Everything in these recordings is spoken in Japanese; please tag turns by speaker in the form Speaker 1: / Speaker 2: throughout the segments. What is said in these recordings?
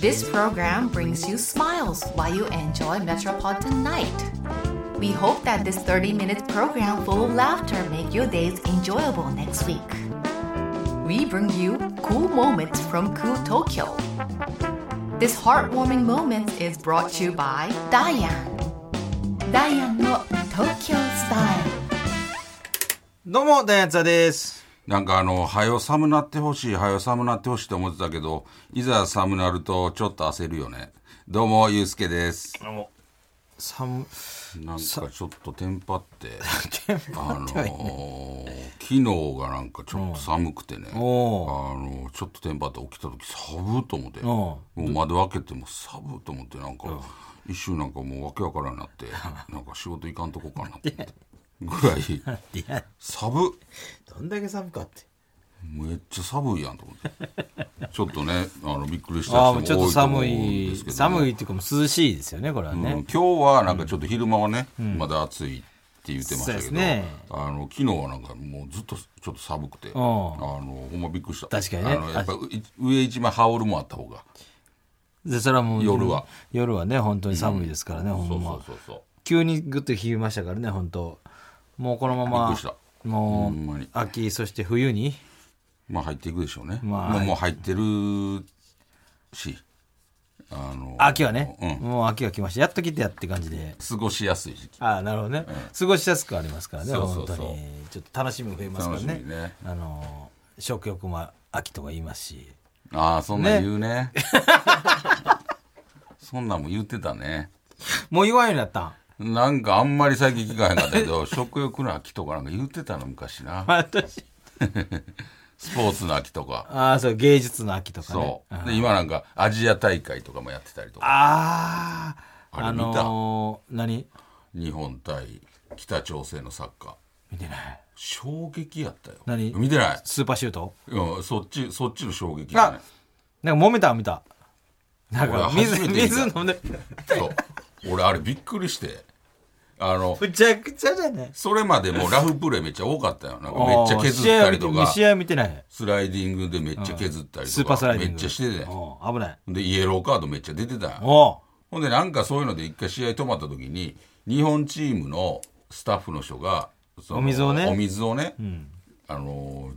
Speaker 1: This program brings you smiles while you enjoy Metropolitan Night. We hope that this 30-minute program full of laughter make your days enjoyable next week. We bring you cool moments from cool Tokyo. This heartwarming moment is brought to you by Diane. Diane の Tokyo Style.
Speaker 2: どうも、ダイアンツァです。
Speaker 3: なんかあの、はよ寒なってほしい、はよ寒なってほしいと思ってたけど、いざ寒なるとちょっと焦るよね。どうも、ゆうすけです。
Speaker 2: どうも。寒、
Speaker 3: なんかちょっとテンパって、
Speaker 2: テンパ
Speaker 3: あのー昨日がなんかちょっと寒くてね、あ
Speaker 2: お
Speaker 3: のーちょっとテンパって起きた時寒っと思って、
Speaker 2: ん
Speaker 3: もう窓開けても寒っと思って、なんか、一瞬なんかもうわけわからんよう になって、なんか仕事行かんとこかなって思って、ぐらい、
Speaker 2: ーいや、
Speaker 3: 寒っ
Speaker 2: どんだけ寒かって。
Speaker 3: めっちゃ寒いやんと思っ てちょっとねあのびっくりした
Speaker 2: ああ、
Speaker 3: 人
Speaker 2: も
Speaker 3: も
Speaker 2: うちょっと寒
Speaker 3: 多いと思うんで
Speaker 2: い
Speaker 3: すけ。ど
Speaker 2: 寒いっていうか、もう涼しいですよね、これは
Speaker 3: うん
Speaker 2: ね。
Speaker 3: 今日はなんかちょっと昼間はね、まだ暑いって言ってまし
Speaker 2: そ
Speaker 3: た
Speaker 2: うで
Speaker 3: け
Speaker 2: す
Speaker 3: ど、
Speaker 2: ね
Speaker 3: あの昨日はなんかもうずっとちょっと寒くて、あのほんまびっくりした
Speaker 2: 確かにね
Speaker 3: あのやっぱい上一枚羽織るもんあった方が
Speaker 2: で、それはもう、
Speaker 3: 夜は。
Speaker 2: 夜はね、本当に寒いですからね、ほ
Speaker 3: そうんそう
Speaker 2: ま。
Speaker 3: そうそう
Speaker 2: 急にぐっと冷えましたからね、本当もうこのま
Speaker 3: び
Speaker 2: ま
Speaker 3: っくりした、
Speaker 2: も
Speaker 3: ほんまに
Speaker 2: う、秋、そして冬に、
Speaker 3: まあ入っていくでしょうね、
Speaker 2: まあ
Speaker 3: もうもう入ってるしあの
Speaker 2: 秋はね、
Speaker 3: うん
Speaker 2: もう秋が来ました。やっと来てやって感じで。
Speaker 3: 過ごしやすい時期
Speaker 2: ああ、なるほどね。過ごしやすくありますからね、
Speaker 3: そうそうそ
Speaker 2: 本
Speaker 3: う
Speaker 2: 当に。ちょっと楽しみも増えますから
Speaker 3: 楽し
Speaker 2: ね。
Speaker 3: みね
Speaker 2: あのー食欲も秋とか言いますし
Speaker 3: ああそんなん言うねそんなんも言ってたね
Speaker 2: もう言わんようになったん
Speaker 3: なんかあんまり最近聞かへんかったけ ど食欲の秋とかなんか言ってたの昔な
Speaker 2: 私
Speaker 3: スポーツの秋とか
Speaker 2: ああそう芸術の秋とかね
Speaker 3: そうで今なんかアジア大会とかもやってたりとか
Speaker 2: あああ
Speaker 3: あれ見た
Speaker 2: のー何
Speaker 3: 日本対北朝鮮のサッカー
Speaker 2: 見てない
Speaker 3: 衝撃やったよ
Speaker 2: 何
Speaker 3: 見てない
Speaker 2: スーパーシュート
Speaker 3: うんそっちそっちの衝撃やね
Speaker 2: なんか揉めたん見たなん
Speaker 3: 俺
Speaker 2: か
Speaker 3: 初
Speaker 2: 水
Speaker 3: めて見た
Speaker 2: 水飲んで
Speaker 3: そう俺あれびっくりしてあの
Speaker 2: むちゃくちゃじゃない
Speaker 3: それまでもうラフプレーめっちゃ多かったよなんかめっちゃ削ったりと
Speaker 2: あー
Speaker 3: か
Speaker 2: 試合見てない
Speaker 3: スライディングでめっちゃ削ったり
Speaker 2: ス
Speaker 3: と
Speaker 2: ーパース
Speaker 3: か、
Speaker 2: ライデ
Speaker 3: め
Speaker 2: ィング
Speaker 3: っちゃしてて
Speaker 2: うん危ない
Speaker 3: でイエローカードめっちゃ出てたやん
Speaker 2: おう
Speaker 3: ほんでなんかそういうので一回試合止まった時に日本チームのスタッフの人がその
Speaker 2: お水をね
Speaker 3: お水をね、あのー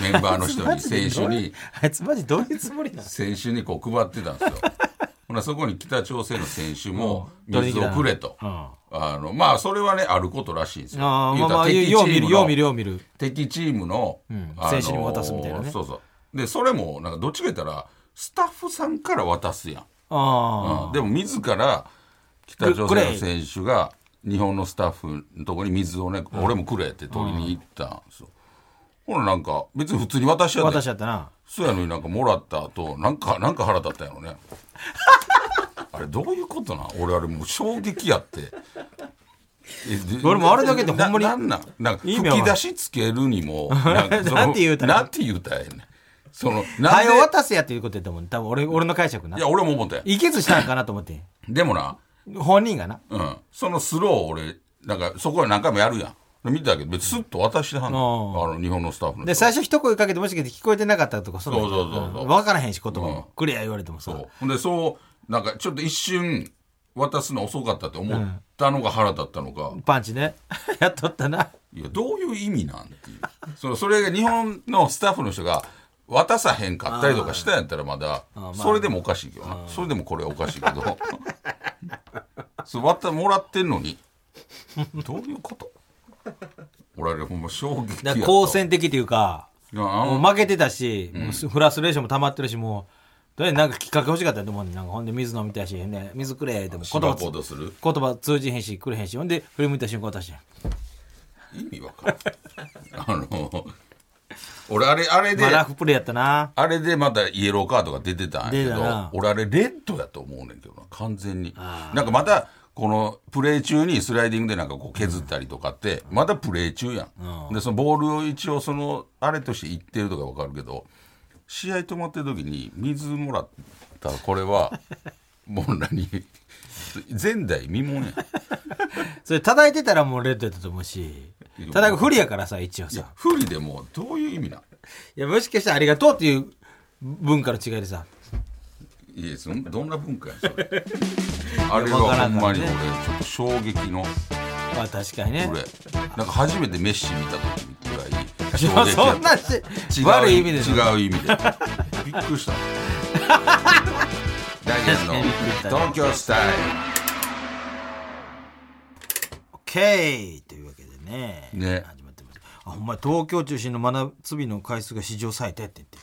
Speaker 3: メンバーの人
Speaker 2: あ
Speaker 3: に
Speaker 2: い つマジ
Speaker 3: 選
Speaker 2: で
Speaker 3: 手に
Speaker 2: あいつマジどういうつもりなの
Speaker 3: 選手にこう配ってたんですよ ほなそこに北朝鮮の選手も
Speaker 2: うん取り
Speaker 3: 水
Speaker 2: に来
Speaker 3: を
Speaker 2: た
Speaker 3: くれと、
Speaker 2: うん
Speaker 3: あのまあそれはねあることらしいんですよ
Speaker 2: あーまあ
Speaker 3: 言うた
Speaker 2: ま
Speaker 3: ら
Speaker 2: あ
Speaker 3: 敵チ
Speaker 2: よう見
Speaker 3: ー
Speaker 2: る
Speaker 3: ム
Speaker 2: よう
Speaker 3: の
Speaker 2: 見るよう見る
Speaker 3: 敵チームの、
Speaker 2: ん
Speaker 3: あのー
Speaker 2: 選手に渡すみたいなね
Speaker 3: そうそうでそれもなんかどっちか言ったらスタッフさんから渡すやん
Speaker 2: あ
Speaker 3: うんでも自ら北朝
Speaker 2: くれ
Speaker 3: 鮮の選手が日本のスタッフのところに水をね、俺もくれって取りに行ったんですよ、ほらなんか別に普通に渡し
Speaker 2: あ
Speaker 3: 合って
Speaker 2: 私だったな
Speaker 3: そうやのになんかもらった後なんかなんか腹立ったんやろね あれどういうことなん俺あれもう衝撃やってえで
Speaker 2: 俺もあれだけでほんまに
Speaker 3: ななんなんなんか
Speaker 2: 意
Speaker 3: 吹
Speaker 2: 味わか
Speaker 3: き
Speaker 2: ん
Speaker 3: 出しつける にもなんかその
Speaker 2: なんて言うたら
Speaker 3: なんて言うたらええねんそのな
Speaker 2: は
Speaker 3: ん
Speaker 2: よ
Speaker 3: で
Speaker 2: 渡せやっていうことやと思うね多分俺俺の解釈ない
Speaker 3: や俺も思ったよ
Speaker 2: いけずしたんかなと思って
Speaker 3: でもな
Speaker 2: 本人がな
Speaker 3: うん、そのスローを俺なんかそこは何回もやるやん見てたけど別にスッと渡してはんの、あの日本のスタッフの人
Speaker 2: で最初一声かけてもしかして聞こえてなかったとかそんなん
Speaker 3: そうそうそうそうん
Speaker 2: 分からへんし言葉
Speaker 3: うん
Speaker 2: もクレア言われてもさ
Speaker 3: そうほんでそうなんかちょっと一瞬渡すの遅かったって思ったのが腹立ったのか、
Speaker 2: パンチね やっとったない
Speaker 3: やどういう意味なんていうそのそれが日本のスタッフの人が渡さへんかったりとかしたんやったらまだ
Speaker 2: あ
Speaker 3: それでもおかしいけどなそれでもこれおかしいけど そう渡もらってんのにどういうこと俺あれほんま衝撃
Speaker 2: だ
Speaker 3: やっ
Speaker 2: から
Speaker 3: たわ
Speaker 2: 好戦的というか
Speaker 3: いやあ
Speaker 2: も
Speaker 3: の
Speaker 2: う負けてたしもうフラストレーションも溜まってるしもうとりあえずなんかきっかけ欲しかったと思うねんなんかほんで水飲みたいしね水くれでも言
Speaker 3: 言
Speaker 2: 葉
Speaker 3: 葉ポー
Speaker 2: つ
Speaker 3: ドする
Speaker 2: 言葉通じへんしくれへんしほんで振り向いた瞬間渡して
Speaker 3: 意味わからんあの俺あれあれで、
Speaker 2: まあラフプレーやったな
Speaker 3: あれでまたイエローカードが出てたんやけ
Speaker 2: 出たな
Speaker 3: ど俺あれレッドやと思うねんけどな完全になんかまたこのプレー中にスライディングでなんかこう削ったりとかって、またプレー中やん、でそのボールを一応そのあれとしていってるとかわかるけど試合止まってる時に水もらったらこれはもう何 前代未聞やん
Speaker 2: それ叩いてたらもうレッドやったと思うし叩く不利やからさ一応
Speaker 3: い
Speaker 2: さ
Speaker 3: や不利でもうどういう意味な
Speaker 2: い
Speaker 3: ん
Speaker 2: や、もしかしたらありがとうっていう文化の違いでさ、
Speaker 3: いやそんどんな文化やそ れあれは
Speaker 2: わから
Speaker 3: ほ
Speaker 2: ん
Speaker 3: ん
Speaker 2: か
Speaker 3: ま
Speaker 2: らね
Speaker 3: に俺ちょっと衝撃の
Speaker 2: まあ確かにね
Speaker 3: 俺なんか初めてメッシ見た時ぐらい
Speaker 2: い
Speaker 3: 衝
Speaker 2: や
Speaker 3: 撃
Speaker 2: そんな
Speaker 3: やっ
Speaker 2: し
Speaker 3: た
Speaker 2: 悪い意味でしょ
Speaker 3: 違う意味でびっく りしたダイアンの東京スタイ
Speaker 2: オッケーというわけでね
Speaker 3: ね
Speaker 2: 始まってますあほんまや東京中心の真夏日の回数が史上最多やってって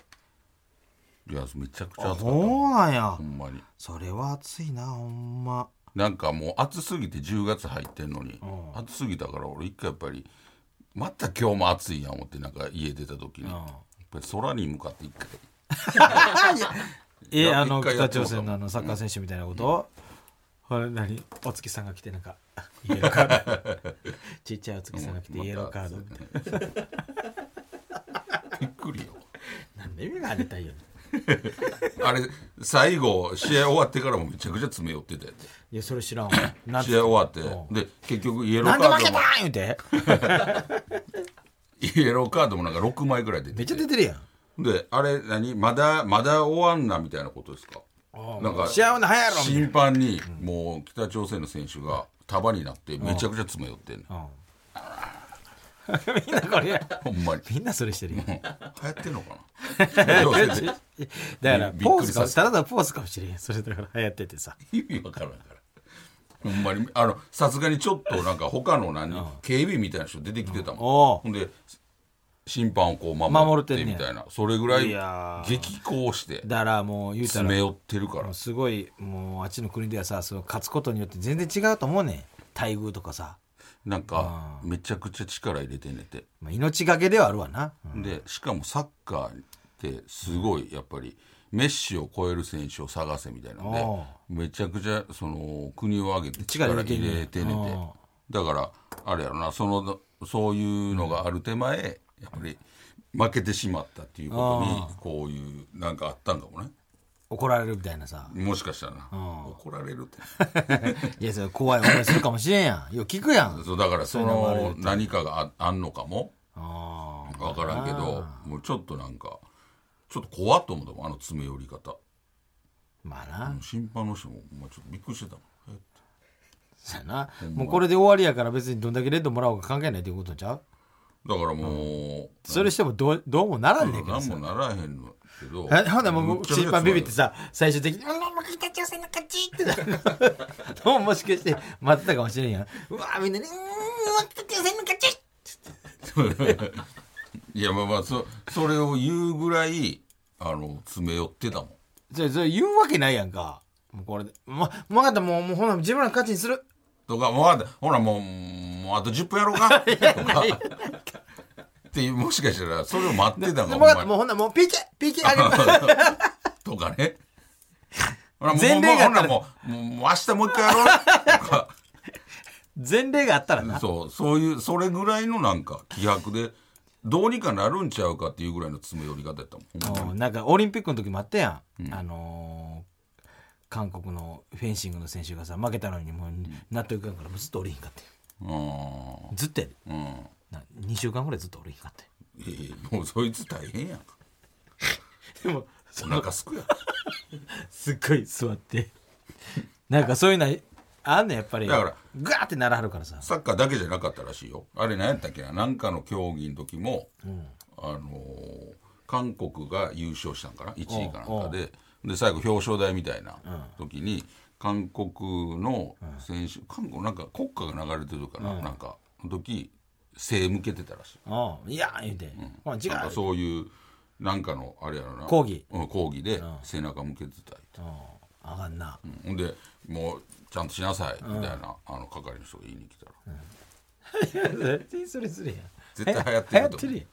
Speaker 3: ルいやめちゃくち
Speaker 2: あ
Speaker 3: ゃ暑かったほ
Speaker 2: そうなんや
Speaker 3: んまに
Speaker 2: それは暑いなほんま
Speaker 3: なんかもう暑すぎて10月入ってんのに、暑すぎたから俺一回やっぱりまた今日も暑いやん思ってなんか家出た時に、やっぱり空に向かって一回い
Speaker 2: え
Speaker 3: や
Speaker 2: あの
Speaker 3: 一回や
Speaker 2: 北朝
Speaker 3: っても
Speaker 2: 鮮のあのサッカー選手みたいなこと、あれ何お月さんが来てなんかイエローカー ドちっちゃいお月さんが来てイエローカードみたい
Speaker 3: たいなびっくりよ
Speaker 2: ななんで目が荒れたいよね
Speaker 3: あれ最後試合終わってからもめちゃくちゃ詰め寄ってたやつ
Speaker 2: いやそれ 知らんわなん
Speaker 3: 試合終わ
Speaker 2: う
Speaker 3: ってで結局イエロ
Speaker 2: な
Speaker 3: ー
Speaker 2: んで
Speaker 3: カ
Speaker 2: 負
Speaker 3: ー
Speaker 2: け
Speaker 3: ド
Speaker 2: た
Speaker 3: も
Speaker 2: ん言うて
Speaker 3: イエローカードもなんか6枚ぐらい出
Speaker 2: め
Speaker 3: て
Speaker 2: っちゃ
Speaker 3: て
Speaker 2: 出てるやん
Speaker 3: であれ何まだまだ終わんなみたいなことですか なんか
Speaker 2: 試合は早やろみたい
Speaker 3: 審判にもう北朝鮮の選手が束になってめちゃくちゃ詰め寄ってんねん
Speaker 2: な、うん、 みんなこれ
Speaker 3: ほんまに
Speaker 2: みんなそれしてるやん
Speaker 3: うん流行ってんのか などうせね
Speaker 2: だから
Speaker 3: びびっ
Speaker 2: ポー
Speaker 3: くり
Speaker 2: ズ
Speaker 3: さ
Speaker 2: か
Speaker 3: せ
Speaker 2: ただのポーズかもしれんやんそれだから流行っててさ
Speaker 3: 意味わからんからほんまにあのさすがにちょっとなんか他の何警備みたいな人出てきてた
Speaker 2: おう
Speaker 3: もんほんで審判をこう
Speaker 2: 守
Speaker 3: 守
Speaker 2: っ
Speaker 3: って
Speaker 2: んね
Speaker 3: て
Speaker 2: ん
Speaker 3: みたいなそれぐらい
Speaker 2: いやー
Speaker 3: 激高して
Speaker 2: だからもう言うた
Speaker 3: 詰
Speaker 2: ら
Speaker 3: め寄ってるから
Speaker 2: もうすごいもうあっちの国ではさその勝つことによって全然違うと思うねん待遇とかさ、
Speaker 3: なんかめちゃくちゃ力入れてんねて
Speaker 2: まあ、命がけではあるわな、うん
Speaker 3: でしかもサッカーってすごいやっぱりメッシを超える選手を探せみたいなんで
Speaker 2: おう
Speaker 3: めちゃくちゃその国を挙げて
Speaker 2: 力
Speaker 3: 力
Speaker 2: 入
Speaker 3: 入
Speaker 2: れてんねん
Speaker 3: れてねて
Speaker 2: お
Speaker 3: だからあれやろなそのそういうのがある手前やっぱり負けてしまったっていうことにこういうなんかあったんかもね
Speaker 2: 怒られるみたいなさ
Speaker 3: もしかしたらな怒られるって
Speaker 2: いやそれ怖い思いするかもしれんやんよう聞くやん
Speaker 3: そう だからその何かがああんのかも
Speaker 2: あー
Speaker 3: 分からんけどもうちょっとなんかちょっと怖っと思ったもんあの詰め寄り方。
Speaker 2: まあな
Speaker 3: 審判の人も、まあ、ちょっとびっくりしてたもんえ
Speaker 2: そやなもうこれで終わりやから別にどんだけレッドもらおうか関係ないということちゃう
Speaker 3: だからもう、
Speaker 2: それしてもどうどうもならんねんけど
Speaker 3: 何
Speaker 2: さ
Speaker 3: もならへんのけど
Speaker 2: えほんならも
Speaker 3: む
Speaker 2: う
Speaker 3: ちゃくちゃ
Speaker 2: 審判ビビってさ最終的に「俺も北朝鮮の勝ち!」ってなるどうもしかして待ってたかもしれんやんうわみんなね「うーん北朝鮮の勝ち!」
Speaker 3: いやまあまあそそれを言うぐらいあの詰め寄ってたもん
Speaker 2: それ、それ言うわけないやんか。もうこれで。ま、もう分かった、もう、もうほな、自分らの勝ちにする。
Speaker 3: とかもうあとほらもうもうあと10分やろうか とかっていうもしかしたらそれを待ってた
Speaker 2: も
Speaker 3: の
Speaker 2: う分かっ
Speaker 3: か
Speaker 2: た、
Speaker 3: お
Speaker 2: もう
Speaker 3: 前
Speaker 2: ほんな、もう PK、PK あげる。
Speaker 3: とかねほらもう
Speaker 2: 前例があったら
Speaker 3: もうほらもうもう明日もう一回やろうとか
Speaker 2: 前例があったらな。
Speaker 3: そう、そういう、それぐらいのなんか気迫で、どうにかなるんちゃうかっていうぐらいの詰め寄り方やったもん。ほんまに
Speaker 2: うんなんか、オリンピックの時もあったやん。あのー韓国のフェンシングの選手がさ、負けたのに、もう、納得いかんから、もうずっとおりへんかって。
Speaker 3: う
Speaker 2: ずっとやで。
Speaker 3: ん。うん。
Speaker 2: な2週間ぐらいずっとおりへんかって。
Speaker 3: ええもうそいつ大変やん。
Speaker 2: でも、
Speaker 3: お腹すくやん。
Speaker 2: すっごい座って。 なんか、そういうのは、あんねん、やっぱり。
Speaker 3: だから
Speaker 2: ぐわーってならはるからさ。
Speaker 3: サッカーだけじゃなかったらしいよ。あれ何やったっけななんかの競技の時も、あのー韓国が優勝したんかな ?1 位かなんかで。で、最後表彰台みたいな時に、韓国の選手、韓国なんか国歌が流れてるから、なんか、の時、背向けてたらしい。
Speaker 2: うん。いやー言うて。ほら違
Speaker 3: なんか
Speaker 2: う。
Speaker 3: そういうなんかのあれやろな
Speaker 2: 講義
Speaker 3: うん、講義で背中向けてたりと
Speaker 2: うんあかんな。
Speaker 3: ほんでもうちゃんとしなさいみたいな、あの係の人が言いに来たら、
Speaker 2: 絶対それするやん。
Speaker 3: 絶対流行ってる
Speaker 2: 流行
Speaker 3: と
Speaker 2: って
Speaker 3: 思う
Speaker 2: るやん。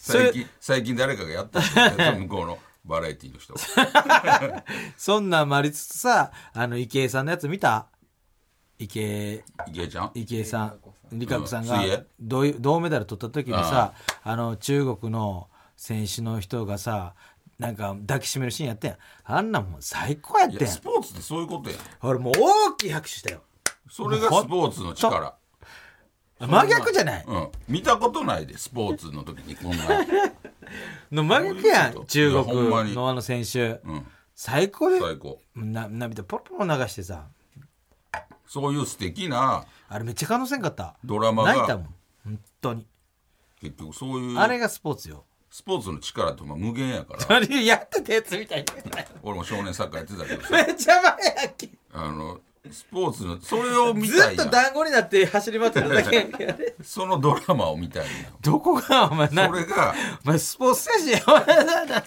Speaker 2: そ
Speaker 3: 最
Speaker 2: れ
Speaker 3: 近最近誰かがやったんですよ ね向こうのバラエティーの人が
Speaker 2: そんなんもありつつさ、あの、池江さんのやつ見た池江、
Speaker 3: 池江 ちゃん
Speaker 2: 池江さん、理香さん
Speaker 3: うん
Speaker 2: が
Speaker 3: 水泳
Speaker 2: 銅い銅メダル取った時にさ、あの、中国の選手の人がさ、なんか抱きしめるシーンやってん。あんなもん最高やっ
Speaker 3: い
Speaker 2: て
Speaker 3: や
Speaker 2: ん
Speaker 3: ス。ポーツってそういうことやん
Speaker 2: 俺もう大きい拍手したよ。
Speaker 3: それがスポーツの力
Speaker 2: 真逆じゃない、
Speaker 3: うん見たことないでスポーツの時にこんな
Speaker 2: の真逆や。
Speaker 3: そういうんこと
Speaker 2: 中
Speaker 3: いやほんま
Speaker 2: 国
Speaker 3: に
Speaker 2: のあの選手。
Speaker 3: うん
Speaker 2: 最高で
Speaker 3: 最高
Speaker 2: な涙ポロポロ流してさ
Speaker 3: そういう素敵な
Speaker 2: あれめっちゃ可能せんかった
Speaker 3: ドラマが
Speaker 2: 泣いたもん本当に
Speaker 3: 結局そういう
Speaker 2: あれがスポーツよ
Speaker 3: スポーツの力ってまあ無限や から
Speaker 2: あれやってたやつみたい
Speaker 3: 俺も少年サッカーやってたけど さ
Speaker 2: めっちゃ前やっけ
Speaker 3: あのスポーツのそれを見
Speaker 2: ず
Speaker 3: た
Speaker 2: っ
Speaker 3: いや
Speaker 2: と
Speaker 3: ん
Speaker 2: 団子になって走り回ってるだけやんけあれ
Speaker 3: そのドラマを見たい
Speaker 2: どこがお前
Speaker 3: や
Speaker 2: なん
Speaker 3: それが
Speaker 2: お前スポーツ選手や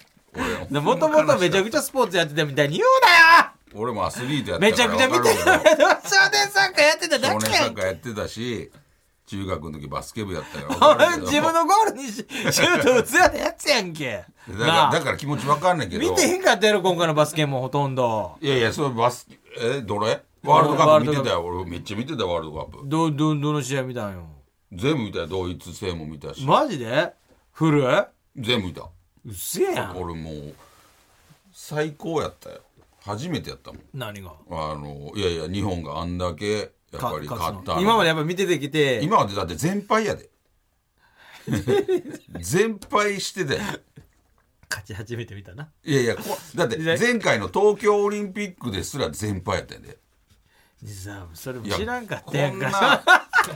Speaker 3: 俺
Speaker 2: もともとめちゃくちゃスポーツやってたみたいに言うなよ
Speaker 3: 俺もアスリートやっ
Speaker 2: めち
Speaker 3: てた
Speaker 2: ゃ
Speaker 3: か
Speaker 2: くちゃ
Speaker 3: ら
Speaker 2: 見
Speaker 3: 分か
Speaker 2: て
Speaker 3: る
Speaker 2: る
Speaker 3: け
Speaker 2: けど
Speaker 3: ど
Speaker 2: 少 年サッカーやってただ
Speaker 3: 少年
Speaker 2: け
Speaker 3: サ
Speaker 2: や
Speaker 3: ッ
Speaker 2: ん
Speaker 3: カーやってたし中学の時バスケ部 やったから分か
Speaker 2: 俺
Speaker 3: るけど
Speaker 2: 自分のゴールにシシュート打つやつやんけ
Speaker 3: だから
Speaker 2: な
Speaker 3: だ
Speaker 2: あ
Speaker 3: から気持ち分かんないけど
Speaker 2: 見てへんかったやろ今回のバスケもほとんど
Speaker 3: いやいやそれバスケえどれワールドカ
Speaker 2: ワー
Speaker 3: ッ
Speaker 2: ル
Speaker 3: プ
Speaker 2: ドカップ
Speaker 3: 見てたよ俺めっちゃ見てたワールドカップ
Speaker 2: どどどの試合見たんよ
Speaker 3: 全部見たよドイツ戦も見たし
Speaker 2: マジでフルう
Speaker 3: 全部見た
Speaker 2: っせえやん
Speaker 3: 俺もう最高やったよ初めてやったもん
Speaker 2: 何が
Speaker 3: あのいやいや日本があんだけやっ
Speaker 2: か
Speaker 3: ぱり
Speaker 2: 勝
Speaker 3: 勝
Speaker 2: つの
Speaker 3: ったの
Speaker 2: 今までやっぱ見ててきて
Speaker 3: 今までだって全敗 やで全敗してたよ
Speaker 2: 勝ち始めてみたない
Speaker 3: や いやこだって前回の東京オリンピックですら全敗やったんで
Speaker 2: さあそれも
Speaker 3: いや
Speaker 2: 知らんかったやん
Speaker 3: こん
Speaker 2: か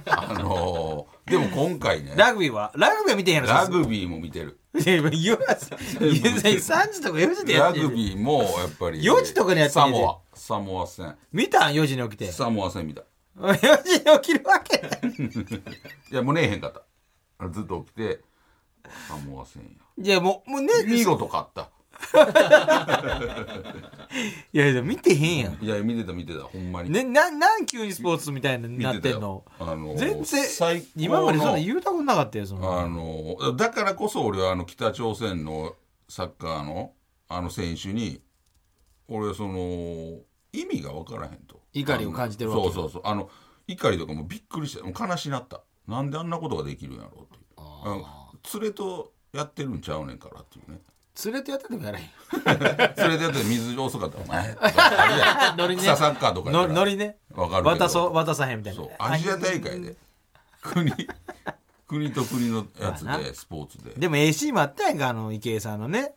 Speaker 3: なあのーでも今回ね
Speaker 2: ラグビーはラグビーは見てへんやろ
Speaker 3: ラグビーも見てる
Speaker 2: いや、今言わず、言う3時とか4時でや
Speaker 3: ラ
Speaker 2: ってる。
Speaker 3: グビーもやっぱり
Speaker 2: 4時とかにやってる
Speaker 3: サモアサモア戦
Speaker 2: 見たん ?4 時に起きて。
Speaker 3: サモア戦見たい
Speaker 2: 4時に起きるわけない。
Speaker 3: やもう寝えへんかったずっと起きてサモア戦や
Speaker 2: いや、もう、もうね、
Speaker 3: 見事勝った
Speaker 2: いやいや、見てへんやん。
Speaker 3: いや見てた見てたほんまに
Speaker 2: ね、な、なん急にスポーツみたいになってんの
Speaker 3: 見てたよあのー
Speaker 2: 全然
Speaker 3: 最高、の
Speaker 2: 今までそんな言うたことなかったよ、その。
Speaker 3: あのだからこそ俺はあの北朝鮮のサッカーのあの選手に俺はその意味が分からへんと
Speaker 2: 怒りを感じてるわけ
Speaker 3: あのそうそうそうあの怒りとかもびっくりしてもう悲しなったなんであんなことができるんやろうっていうあの連れとやってるんちゃうねんからっていうね
Speaker 2: 連れてやっててもやらへん。
Speaker 3: 連れてやって水遅かったらお前とかあ る
Speaker 2: ノ
Speaker 3: や
Speaker 2: リ
Speaker 3: ん
Speaker 2: ね
Speaker 3: 草サッカーとかや
Speaker 2: の
Speaker 3: ったら
Speaker 2: ノリね。
Speaker 3: わかるけど
Speaker 2: 渡そう、渡さへんみたいな
Speaker 3: そう。アジア大会で国国と国のやつ
Speaker 2: まあ
Speaker 3: でスポーツで
Speaker 2: でも、ええシーンもあったやんか、あの、池江さんのね。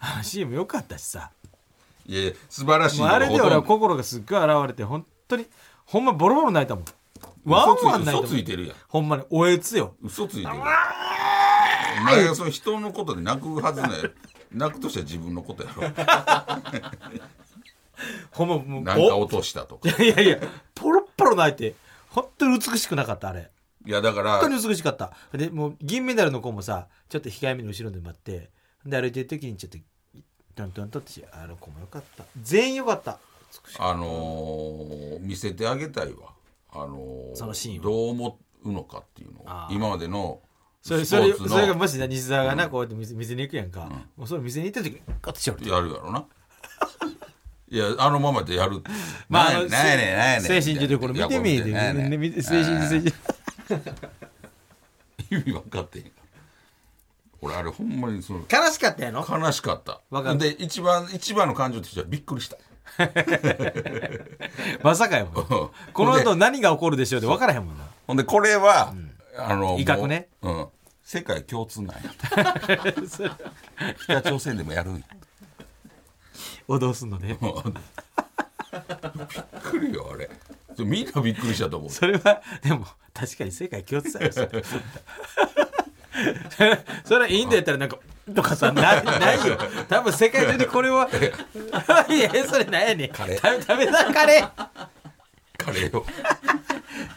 Speaker 2: あのシーンも良かったしさ。
Speaker 3: いやいや素晴らしい
Speaker 2: もうあれで俺は心がすっごい現れて本当にほんまボロボロ泣いたもんワンワン泣いたもん
Speaker 3: 嘘ついてるやん
Speaker 2: ほんまにおえつよ
Speaker 3: 嘘ついてるやんお前がその人のことで泣くはずない 泣くとしたら自分のことやろ
Speaker 2: ほんまもう
Speaker 3: なんか落としたとか
Speaker 2: お いやいやポロッポロ泣いて本当に美しくなかったあれ
Speaker 3: いやだか
Speaker 2: 本当
Speaker 3: ら
Speaker 2: に美しかったでもう銀メダルの子もさちょっと控えめに後ろで待ってで歩いてる時にちょっとトントントンってしあの子もよかった全員よかった
Speaker 3: あのー見せてあげたいわあのー
Speaker 2: そのシーンを
Speaker 3: どう思うのかっていうのを
Speaker 2: あー
Speaker 3: 今までのス
Speaker 2: そ
Speaker 3: ポ
Speaker 2: れそれ
Speaker 3: ーツ
Speaker 2: それが
Speaker 3: の
Speaker 2: もしな西澤がなこうやって見せ見せに行くやんか、もうそれ見せに行った時ガッてしよる
Speaker 3: やるやろな いやあのままでやる
Speaker 2: まあ、あ
Speaker 3: な
Speaker 2: の
Speaker 3: んやなんやねんなんやねん
Speaker 2: 精神上でこれ見てみ
Speaker 3: いやこれ見てなんやねん
Speaker 2: 見て精神上で。
Speaker 3: 意味分かってへんから俺あれほんまにその
Speaker 2: 悲しかったや の
Speaker 3: 悲しかった
Speaker 2: わかる
Speaker 3: で一番一番の感情としてはびっくりした
Speaker 2: まさかやもん。 この後何が起こるでしょうで分からへんもんな。
Speaker 3: ほんでこれは、あの
Speaker 2: 威嚇ね
Speaker 3: もううん、世界共通なんや 北朝鮮でもやるんや
Speaker 2: 脅すのね。
Speaker 3: もうびっくりよあれみんなびっくりしたと思う
Speaker 2: それは、でも、確かに世界共通だよ、そ れ。それインドやったらなんか、とかさ、なないよ。多分世界中でこれは、 いや、それなんやねん。食べ
Speaker 3: レー
Speaker 2: 食べたカレー。
Speaker 3: カレーを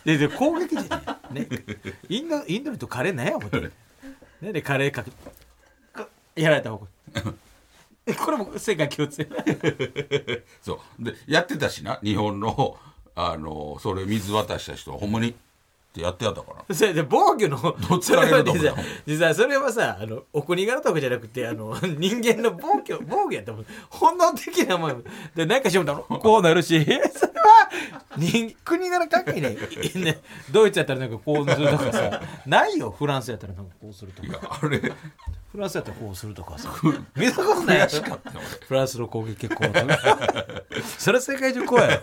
Speaker 2: で、で攻撃じゃねえ。ね。インド、インドの人カレーなんや思って。ねで、カレーかけ、かやられた方が。 これも世界共通。
Speaker 3: そうでやってたしな日本のあのそれ水渡した人はほんまにってやってやったから
Speaker 2: それで防御の
Speaker 3: どつかれるとこだ
Speaker 2: それは実は実はそれはさあのお国柄とかじゃなくてあの 人間の防御防御やと思う本能的なもんで何かしようだろ こうなるし それは人国柄関係ないいねドイツやったらなんかこうするとかさないよフランスやったらなんかこうすると
Speaker 3: い
Speaker 2: か
Speaker 3: やあれ
Speaker 2: フランスやったらこうするとかさ 見たことないやろフランスの攻撃こうとか それは世界中こうや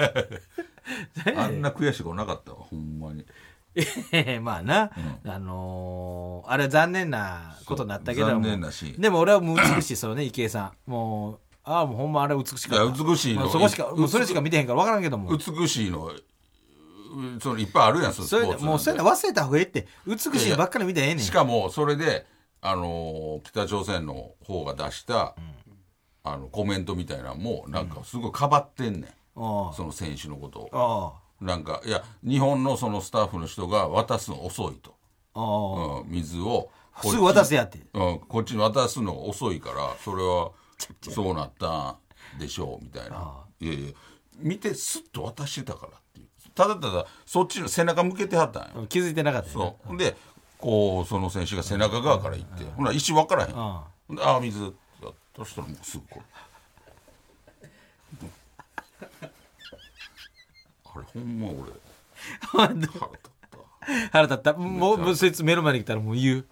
Speaker 2: ろ
Speaker 3: あんな悔しいことなかったわほんまに
Speaker 2: ええ まあな、あのーあれは残念なことになったけども
Speaker 3: 残念なシーン
Speaker 2: でも俺はもう美しいそのね池江さんもうああもうほんまあれ美し
Speaker 3: い
Speaker 2: か
Speaker 3: や
Speaker 2: った
Speaker 3: 美しい
Speaker 2: ま
Speaker 3: の
Speaker 2: あそこしかもうそれしか見てへんから分からんけども
Speaker 3: 美しいのうそのいっぱいあるやんそのス
Speaker 2: そ
Speaker 3: ポ
Speaker 2: れで
Speaker 3: ーツ
Speaker 2: もうそういうの忘れた方がいいって美しいのばっかり見てええねん
Speaker 3: しかもそれで、あのー北朝鮮の方が出した、あのコメントみたいなのもなんかすごいかばってんねん、
Speaker 2: あ
Speaker 3: その選手のことを
Speaker 2: あ
Speaker 3: なんかいや日本のそのスタッフの人が渡すの遅いと、
Speaker 2: ああ
Speaker 3: うん水を
Speaker 2: あすぐ渡せ
Speaker 3: や、
Speaker 2: やって
Speaker 3: うん、こっちに渡すのが遅いからそれはそうなったんでしょうみたいないやいや見てスッと渡してたからっていうただただそっちの背中向けてはったんよ、
Speaker 2: 気づいてなかったよね
Speaker 3: そうでこうその選手が背中側から行って、ほら石分からへん、ほんでああ水ってやったしたらもうすぐ これあれほんま俺腹 立った
Speaker 2: 腹立ったもうもうそいつ目の前に来たらもう言う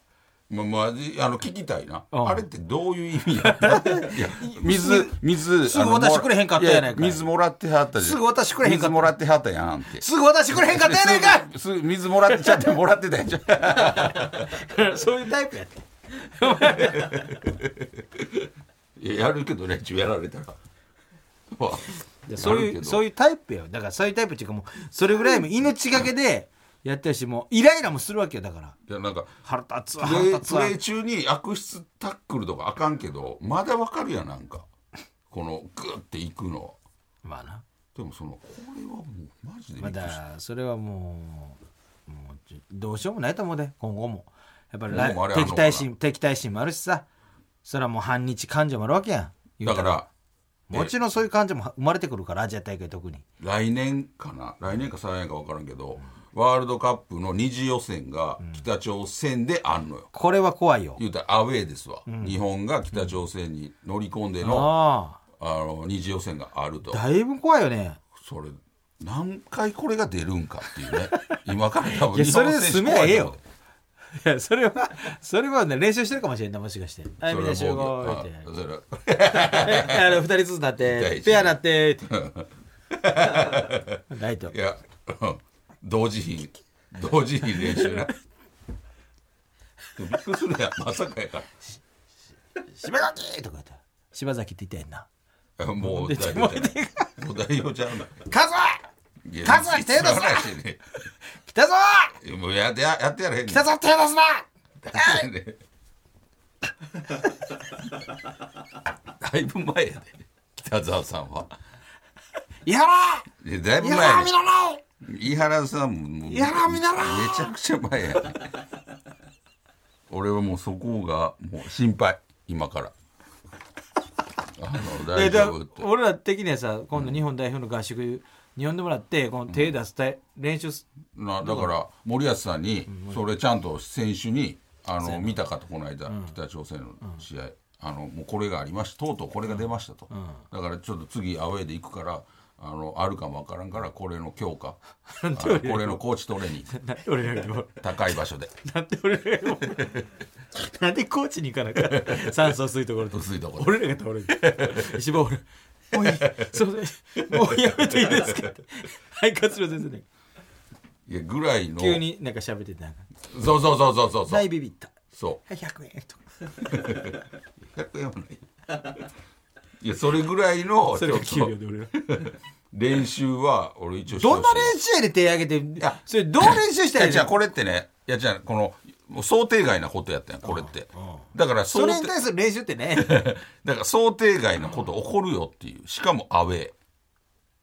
Speaker 3: まあまあ、あの聞きたいな、
Speaker 2: うん
Speaker 3: あれってどういう意味や いや水水
Speaker 2: すぐ渡してくれへんかったやないかい
Speaker 3: や水もらってはったじゃん
Speaker 2: すぐ渡してくれへんかった
Speaker 3: 水もらってはったやんって
Speaker 2: すぐ渡してくれへんかったやないかい
Speaker 3: すぐ 水もらってちゃってもらってたやんじゃ ん
Speaker 2: そういうタイプやって。
Speaker 3: いややるけどね一応やられたら
Speaker 2: そういう、そう
Speaker 3: い
Speaker 2: いうタイプよ。だからそういうタイプっていうかもう、それぐらいもう命がけでやってるし、もうイライラもするわけよ。だから。
Speaker 3: ういやなんか
Speaker 2: 腹立つわ、
Speaker 3: プ
Speaker 2: 腹
Speaker 3: レ
Speaker 2: 立
Speaker 3: ー
Speaker 2: つ
Speaker 3: プ
Speaker 2: わ
Speaker 3: レ。ー中に悪質タックルとかあかんけどまだわかるやんなんかこのグッていくの
Speaker 2: まあな。
Speaker 3: でもそのこれはもうマジでび
Speaker 2: ま
Speaker 3: っくりした
Speaker 2: だ、それはもう、もうちどうしようもないと思うで、今後も。やっぱり
Speaker 3: 今後もあれ
Speaker 2: 来
Speaker 3: あんの
Speaker 2: 敵対心、敵対心もあるしさ。それはもう反日感情もあるわけやん。言
Speaker 3: だ
Speaker 2: うた
Speaker 3: か、ら
Speaker 2: もちろんそういう感情も生まれてくるから、アジア大会特に。
Speaker 3: 来年かな来年か再来年か分からんけどワールドカップの二次予選が北朝鮮であんのよ
Speaker 2: これは怖いよ。
Speaker 3: 言うたらアウェーですわ日本が北朝鮮に乗り込んでの
Speaker 2: ああ。
Speaker 3: あの二次予選があると
Speaker 2: だいぶ怖いよね。
Speaker 3: それ何回これが出るんかっていう ね今から多
Speaker 2: いや
Speaker 3: 分
Speaker 2: それで
Speaker 3: 選
Speaker 2: 済
Speaker 3: 手
Speaker 2: め
Speaker 3: 怖
Speaker 2: ば
Speaker 3: い
Speaker 2: ええ
Speaker 3: と思
Speaker 2: よいやそれはそれはね練習してるかもしれんないもしかして「はいみんな
Speaker 3: うそれ
Speaker 2: 集
Speaker 3: はもう
Speaker 2: 合」っ
Speaker 3: あ
Speaker 2: て
Speaker 3: それは
Speaker 2: 「あの二人ずつなっ
Speaker 3: 一対
Speaker 2: て
Speaker 3: 一
Speaker 2: ペアな って」ってライト
Speaker 3: いやうん同時に同時に練習なびっくりするやんまさかやか
Speaker 2: 「柴崎!」とか言って「柴崎」って言ってんな
Speaker 3: らもう
Speaker 2: で
Speaker 3: 代表じゃないもう代表ちゃうな
Speaker 2: 「カズ
Speaker 3: カ
Speaker 2: 勝つ
Speaker 3: ズ
Speaker 2: わ手出すな来たぞ
Speaker 3: もうやってややってやれへんねん
Speaker 2: 来たぞ手出すな!」
Speaker 3: だいぶ前やで北澤さんは
Speaker 2: 「井原
Speaker 3: いやだいぶ
Speaker 2: 井
Speaker 3: 前
Speaker 2: 原
Speaker 3: や
Speaker 2: 見
Speaker 3: で
Speaker 2: ろない!
Speaker 3: 井原さんももう
Speaker 2: 井原見習え
Speaker 3: めちゃくちゃ前やね俺はもうそこがもう心配今からあの」
Speaker 2: え
Speaker 3: 大
Speaker 2: だ
Speaker 3: 丈夫って
Speaker 2: 俺ら的にはさ今度日本代表の合宿日本でもらってこの手出すタイ練習す
Speaker 3: なだから森保さんにそれちゃんと選手にあの見たかとこの間北朝鮮の試合あのもうこれがありましたとうとうこれが出ましたとだからちょっと次アウェーで行くからあのあるかもわからんからこれの強 化あのこれのコーチトレーニング
Speaker 2: なんで俺らより も
Speaker 3: 高い場所で
Speaker 2: なんで俺らがなんでコーチに行かなかった酸素薄いところと
Speaker 3: 薄いところ
Speaker 2: 俺らが倒れる 石破俺もういいすいませんもうやめていいですかってはい勝野先生ね
Speaker 3: いやぐらいの
Speaker 2: 急になんか喋っててなんか
Speaker 3: そうそうそうそうそうそう
Speaker 2: 大ビビった
Speaker 3: そ
Speaker 2: はい100円と
Speaker 3: う100円もないいやそれぐらい の
Speaker 2: そ
Speaker 3: ち
Speaker 2: れ
Speaker 3: ょ
Speaker 2: が
Speaker 3: っ
Speaker 2: 給料
Speaker 3: と
Speaker 2: で俺ら
Speaker 3: 練習は俺一応してほ
Speaker 2: ど
Speaker 3: し
Speaker 2: んな
Speaker 3: い
Speaker 2: 練習やで手挙げて
Speaker 3: や
Speaker 2: それどう練習したら い
Speaker 3: いや
Speaker 2: い
Speaker 3: じゃあ
Speaker 2: の
Speaker 3: これってねいやじゃあこのもう想定外なことやったやんこれってだから
Speaker 2: そ
Speaker 3: 想定
Speaker 2: れに対する練習ってね
Speaker 3: だから想定外のこと起こるよっていうしかもアウェーっ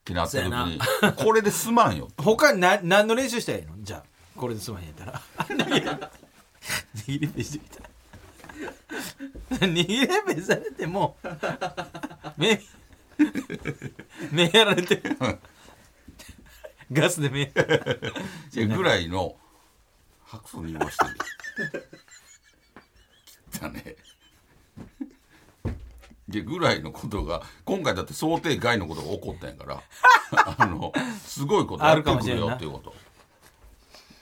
Speaker 3: てなった時にこれで済まんよ
Speaker 2: 他にな何の練習したらいいのじゃあこれで済まへんやったら握り握り飯してきた握り飯されても目目やられてるガスで目
Speaker 3: いやぐらいの白素に言わしてる切ったねいやぐらいのことが今回だって想定外のことが起こったんやから あのすごいことやってくるよっていうこと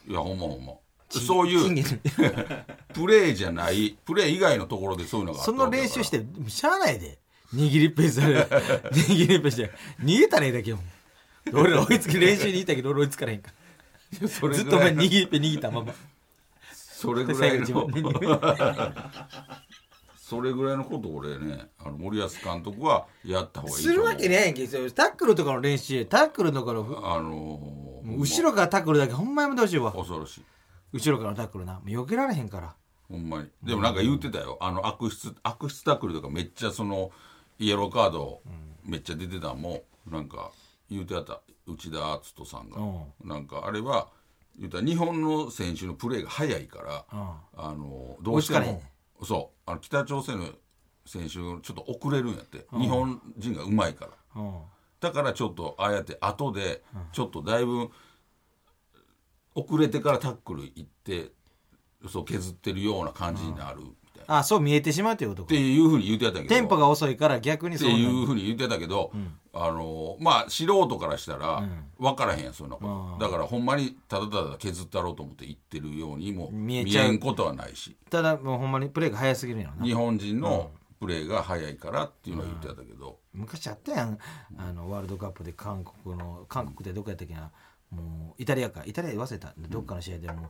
Speaker 3: いやほんまほんまそういう
Speaker 2: 金魚
Speaker 3: プレーじゃないプレー以外のところでそういうのがあった
Speaker 2: そ
Speaker 3: わけ
Speaker 2: の
Speaker 3: だから
Speaker 2: 練習してしゃあないで握り飯される握り飯して逃げたらええだけよ俺ら追いつき練習に行ったけど俺追いつかれへんから
Speaker 3: それ
Speaker 2: ずっ
Speaker 3: ぐ
Speaker 2: とお
Speaker 3: ら
Speaker 2: 前
Speaker 3: い
Speaker 2: 握
Speaker 3: の
Speaker 2: り飯握ったまま
Speaker 3: それ
Speaker 2: で
Speaker 3: ぐら
Speaker 2: 最後
Speaker 3: い
Speaker 2: 自分
Speaker 3: の
Speaker 2: で握り
Speaker 3: それぐらいのことを俺ねあの森保監督はやった方がいい
Speaker 2: す
Speaker 3: と思
Speaker 2: る
Speaker 3: う
Speaker 2: わけねえんけどタックルとかの練習タックルとかのふ
Speaker 3: あのー、
Speaker 2: 後ろからタックルだけほんまやめてほしいわ
Speaker 3: ほんま恐ろしい
Speaker 2: 後ろからのタックルなもう避けられへんから
Speaker 3: ほんまにでもなんか言ってたよあの悪質悪質タックルとかめっちゃそのイエローカードめっちゃ出てたんもなんか言うてあった内田篤人さんが、
Speaker 2: う
Speaker 3: なんかあれは言うたら日本の選手のプレーが早いから、
Speaker 2: うん
Speaker 3: あのどうして
Speaker 2: 追いつかれへん
Speaker 3: も
Speaker 2: ね
Speaker 3: そうあの北朝鮮の選手ちょっと遅れるんやって、日本人がうまいから
Speaker 2: うん
Speaker 3: だからちょっとああやって後でちょっとだいぶ遅れてからタックル行ってそう削ってるような感じになるみたいな、っ
Speaker 2: あそう見えてしまうということか
Speaker 3: ていうふうに言ってたけど
Speaker 2: テンポが遅いから逆に
Speaker 3: って
Speaker 2: そうなる
Speaker 3: いうふうに言ってたけど、あのまあ素人からしたら分からへんやんそんなこと、だからほんまにただただ削ったろうと思って言ってるようにも
Speaker 2: 見
Speaker 3: 見
Speaker 2: え
Speaker 3: え
Speaker 2: ちゃうん
Speaker 3: ことはないした
Speaker 2: だもうほんまにプレーが早すぎるんやろな
Speaker 3: 日本人のプレーが早いからっていうのは言ってたけど、
Speaker 2: 昔あったやんあのワールドカップで韓国の韓国でどこやったっけなもうイタリアかイタリアで忘れたどっかの試合でも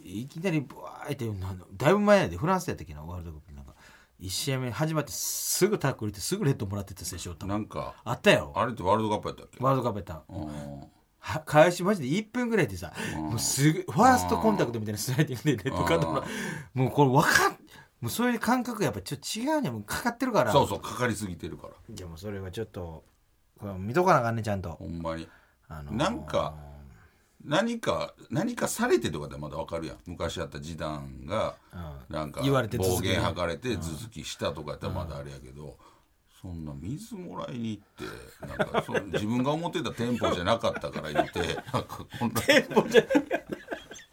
Speaker 2: ういきなりブワーってなだいぶ前やでフランスやったっけなワールドカップなんか1試合目始まってすぐタックルってすぐレッドもらってた選手おったもん
Speaker 3: なんか
Speaker 2: あったやろ
Speaker 3: あれってワールドカップやったっけ
Speaker 2: ワールドカップやったん
Speaker 3: うん
Speaker 2: は開始マジで1分ぐらいでさ、もうすぐファーストコンタクトみたいなスライディングでレッドカードのもうこれ分かっもうそういう感覚やっぱちょっと違うねもうかかってるから
Speaker 3: そうそうかかりすぎてるから
Speaker 2: でもそれはちょっとこれ見とかなあかんねちゃんと
Speaker 3: ほんまに
Speaker 2: あのー
Speaker 3: なんか何か何かされてとかでまだわかるやん昔あった示談がなんか
Speaker 2: 言われて続
Speaker 3: 暴
Speaker 2: きね
Speaker 3: 言吐かれて続きしたとかやったらまだあれやけどそんな水もらいに行ってなんかその 自分が思ってた店舗じゃなかったから言って なんかこんな店舗じゃ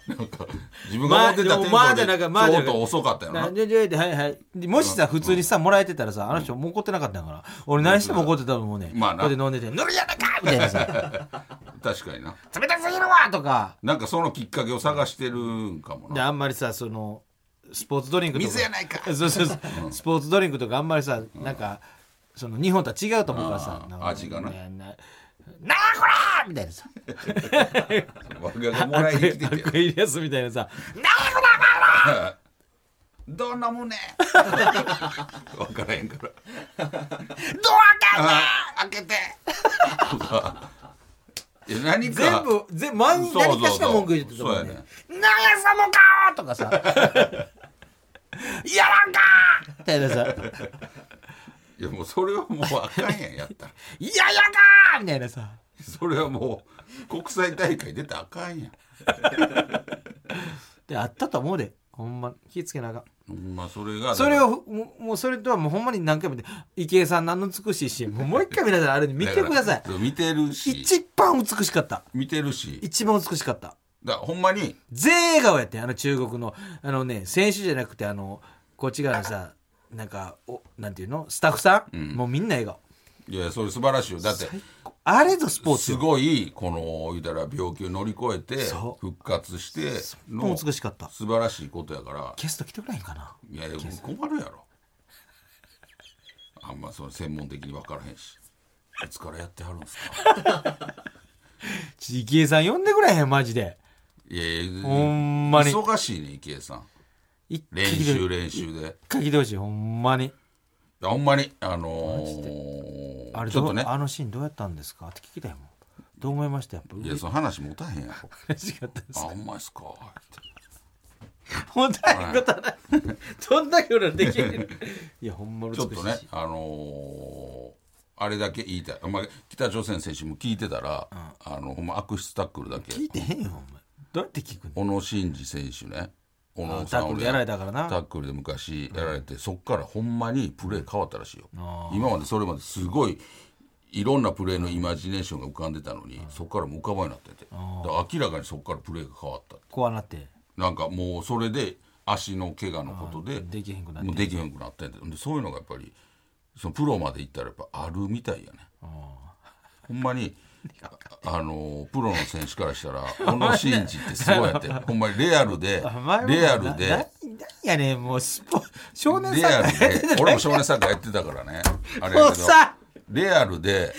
Speaker 3: なんか自分が思って
Speaker 2: ま
Speaker 3: た店
Speaker 2: あでもまあじゃな
Speaker 3: 舗で
Speaker 2: く
Speaker 3: ち
Speaker 2: まあじゃな
Speaker 3: ょっ
Speaker 2: く
Speaker 3: と遅かったよ
Speaker 2: な
Speaker 3: なん
Speaker 2: ででではいはいでもしさ普通にさもらえてたらさあの人もう怒ってなかったんやから俺何しても怒ってたと思うね
Speaker 3: まあ
Speaker 2: こ
Speaker 3: な
Speaker 2: こで飲んでて「ぬるやないか!」みたい なさ
Speaker 3: 確かにな
Speaker 2: 「冷たすぎるわ!」とか
Speaker 3: なんかそのきっかけを探してるんかも
Speaker 2: で
Speaker 3: な
Speaker 2: あんまりさそのスポーツドリンクとか
Speaker 3: 水やないか
Speaker 2: そうそうそうスポーツドリンクとかあんまりさなんかその日本とは違うと思うからさ
Speaker 3: うん
Speaker 2: なんか
Speaker 3: 味がな
Speaker 2: なななあこらみたいなさ
Speaker 3: 我々がもらいに来て
Speaker 2: ア
Speaker 3: て
Speaker 2: クエリアスみたいなさ
Speaker 3: どんなもんね 分からへんからドア開けて開けて いや何か
Speaker 2: 全部全何
Speaker 3: そうそうそう
Speaker 2: 何かしら文句言ってたもん
Speaker 3: そう
Speaker 2: ね
Speaker 3: やね
Speaker 2: 何やその顔とかさやらんかみたいなさ
Speaker 3: いやもうそれはもうあかんやんやったら
Speaker 2: いややかみたいなさ
Speaker 3: それはもう国際大会出たらあかんやん
Speaker 2: であったと思うでほんま気ぃつけなあかん
Speaker 3: ほんまそれが
Speaker 2: それをふもうもうそれとはもうほんまに何回も言って池江さん何の美しいしもうもう一回皆さんあれ見
Speaker 3: だ
Speaker 2: て
Speaker 3: から
Speaker 2: ください
Speaker 3: そう見てるし
Speaker 2: 一番美しかった
Speaker 3: 見てるし
Speaker 2: 一番美しかった
Speaker 3: だからほんまに
Speaker 2: 全笑顔やってんあの中国のあのね選手じゃなくてあのこっち側のさなんかおなんていうのスタッフさん、もうみんな笑顔
Speaker 3: いやそれ素晴らしいよだって
Speaker 2: あれぞスポーツ
Speaker 3: す
Speaker 2: よ
Speaker 3: ごいこの言うたら病気を乗り越えて
Speaker 2: そう
Speaker 3: 復活して
Speaker 2: も
Speaker 3: の
Speaker 2: う美しかった
Speaker 3: 素晴らしいことやから
Speaker 2: ゲスト来てくれへんかない
Speaker 3: やいや困るやろあんまその専門的に分からへんしいつからやってはるんですか
Speaker 2: ちょ池江さん呼んでくれへんマジで
Speaker 3: いやいや
Speaker 2: ほんまに
Speaker 3: 忙しいね池江さん
Speaker 2: 一回
Speaker 3: 練
Speaker 2: 来て
Speaker 3: 習
Speaker 2: 一
Speaker 3: 練習で
Speaker 2: 回来てほしいほんまに
Speaker 3: ほんまにあの
Speaker 2: あ
Speaker 3: ー、
Speaker 2: れ
Speaker 3: ちょっと
Speaker 2: どう
Speaker 3: ね
Speaker 2: あのシーンどうやったんですかって聞きたいもんどう思いましたやっぱ
Speaker 3: いやその話持たへんやろ
Speaker 2: 嬉しかったです
Speaker 3: あほんまですか
Speaker 2: もたいことないどんだけ俺らできるいやほんま美
Speaker 3: ち
Speaker 2: し
Speaker 3: ょ
Speaker 2: い
Speaker 3: っとねあのー、あれだけ言いたい、まあ、北朝鮮選手も聞いてたら、あのほんま悪質タックルだけ
Speaker 2: 聞いてへんよお前どうやって聞くの
Speaker 3: 小野伸二選手ね小野
Speaker 2: あタックルでやられたからな
Speaker 3: タックルで昔やられて、そっからほんまにプレー変わったらしいよ今までそれまですごいいろんなプレーのイマジネーションが浮かんでたのに、そっからもう浮かばになっててだから明らかにそっからプレーが変わった
Speaker 2: こうなって
Speaker 3: なんかもうそれで足の怪我のことで
Speaker 2: できへんくなって
Speaker 3: もうできへんくなってんてでそういうのがやっぱりそのプロまで行ったらやっぱあるみたいやねほん まにああのプロの選手からしたら小野伸二ってすごいやってほんまにレアルで
Speaker 2: 甘いもん
Speaker 3: レア
Speaker 2: な
Speaker 3: ル
Speaker 2: な
Speaker 3: で
Speaker 2: なんやねんもうスポ少年
Speaker 3: レア
Speaker 2: さん
Speaker 3: ルで俺も少年サッカーやってたからねあれ
Speaker 2: も
Speaker 3: や
Speaker 2: う
Speaker 3: けど
Speaker 2: さ
Speaker 3: レアルで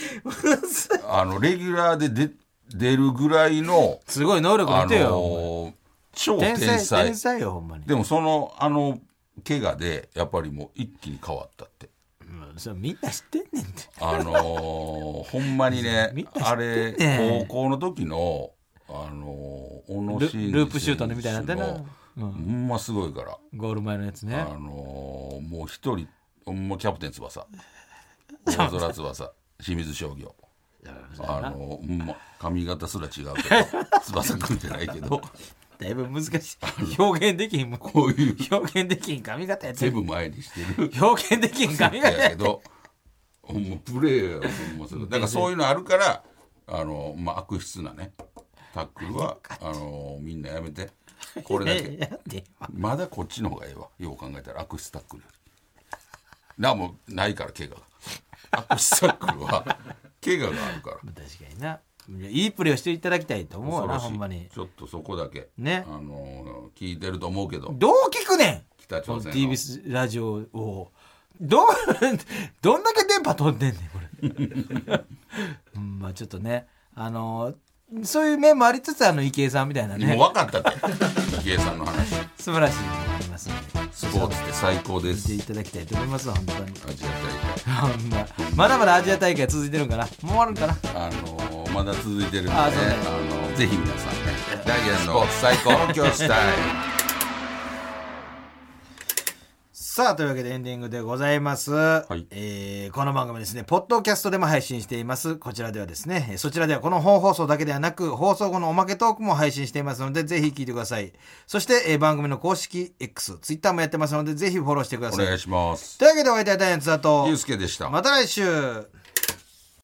Speaker 3: あのレギュラーで出出るぐら いの
Speaker 2: すごい能力
Speaker 3: あ
Speaker 2: 見てよ、
Speaker 3: の超
Speaker 2: 天才
Speaker 3: 天才
Speaker 2: 天才よほんまに
Speaker 3: でもそのあの怪我でやっぱりもう一気に変わったって
Speaker 2: うんそれみんな知ってんねんって
Speaker 3: あのーほんまにね
Speaker 2: みんな知って
Speaker 3: あ
Speaker 2: ん
Speaker 3: れ
Speaker 2: ね
Speaker 3: 高校の時のあのー小野
Speaker 2: ル
Speaker 3: 伸二
Speaker 2: ループシュートのみたいになってな
Speaker 3: 選手の
Speaker 2: う
Speaker 3: ほんますごいから、
Speaker 2: ゴール前のやつね
Speaker 3: あのーもう一人ほんまキャプテン翼大空翼清水商業あのーほんま髪型すら違うけど翼くんじゃないけど
Speaker 2: だいぶ難しい表現できひんもん
Speaker 3: こういう
Speaker 2: 表現できひん髪型やつ
Speaker 3: 全部前にしてる
Speaker 2: 表現できひん髪型
Speaker 3: や
Speaker 2: や
Speaker 3: けどほんまプレーやほんますごいだからそういうのあるからあの、まあ、悪質なねタックルはあのみんなやめてこれだ
Speaker 2: え
Speaker 3: け
Speaker 2: やって
Speaker 3: まだこっちの方がええわよう考えたら悪質タックルよりなもうないから怪我 が悪質タックルは怪我があるから
Speaker 2: 確かにないやいいプレーをしていただきたいと思うわなほ
Speaker 3: 恐
Speaker 2: んま
Speaker 3: ろしい
Speaker 2: に
Speaker 3: ちょっとそこだけ
Speaker 2: ね
Speaker 3: あの聞いてると思うけど
Speaker 2: どう聞くねん
Speaker 3: 北
Speaker 2: こ
Speaker 3: 朝
Speaker 2: の
Speaker 3: 鮮の
Speaker 2: TBS ラジオをどう どんだけ電波飛んでんねんこれ、 うん、まあちょっとねあのそういう面もありつつあの池江さんみたいな
Speaker 3: もう
Speaker 2: ね
Speaker 3: 分かったって池江さんの話
Speaker 2: 素晴らしいと思いますので
Speaker 3: スポーツって最高で
Speaker 2: 見て
Speaker 3: す
Speaker 2: いただきたいと思いますわ本当に
Speaker 3: アジア大会
Speaker 2: ほんままだまだアジア大会続いてるんかなもう終わるんかな
Speaker 3: あのまだ続いてるんで、ね、あ
Speaker 2: あそうね
Speaker 3: のぜひ皆さんねダイアンの最高の教 師隊
Speaker 2: さあ、というわけでエンディングでございます。
Speaker 3: い
Speaker 2: えーこの番組ですね、ポッドキャストでも配信しています。こちらではですね、えーそちらではこの本放送だけではなく、放送後のおまけトークも配信していますので、ぜひ聞いてください。そして、えー番組の公式 X、Twitter もやってますので、ぜひフォローしてくだ
Speaker 3: お
Speaker 2: さい。
Speaker 3: 願いします
Speaker 2: というわけで、お会いいたいダイアンツだと
Speaker 3: ゆう、すけでした
Speaker 2: また来週